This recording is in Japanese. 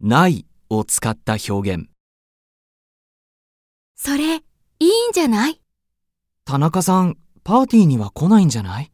ないを使った表現。それ、いいんじゃない田中さん、パーティーには来ないんじゃない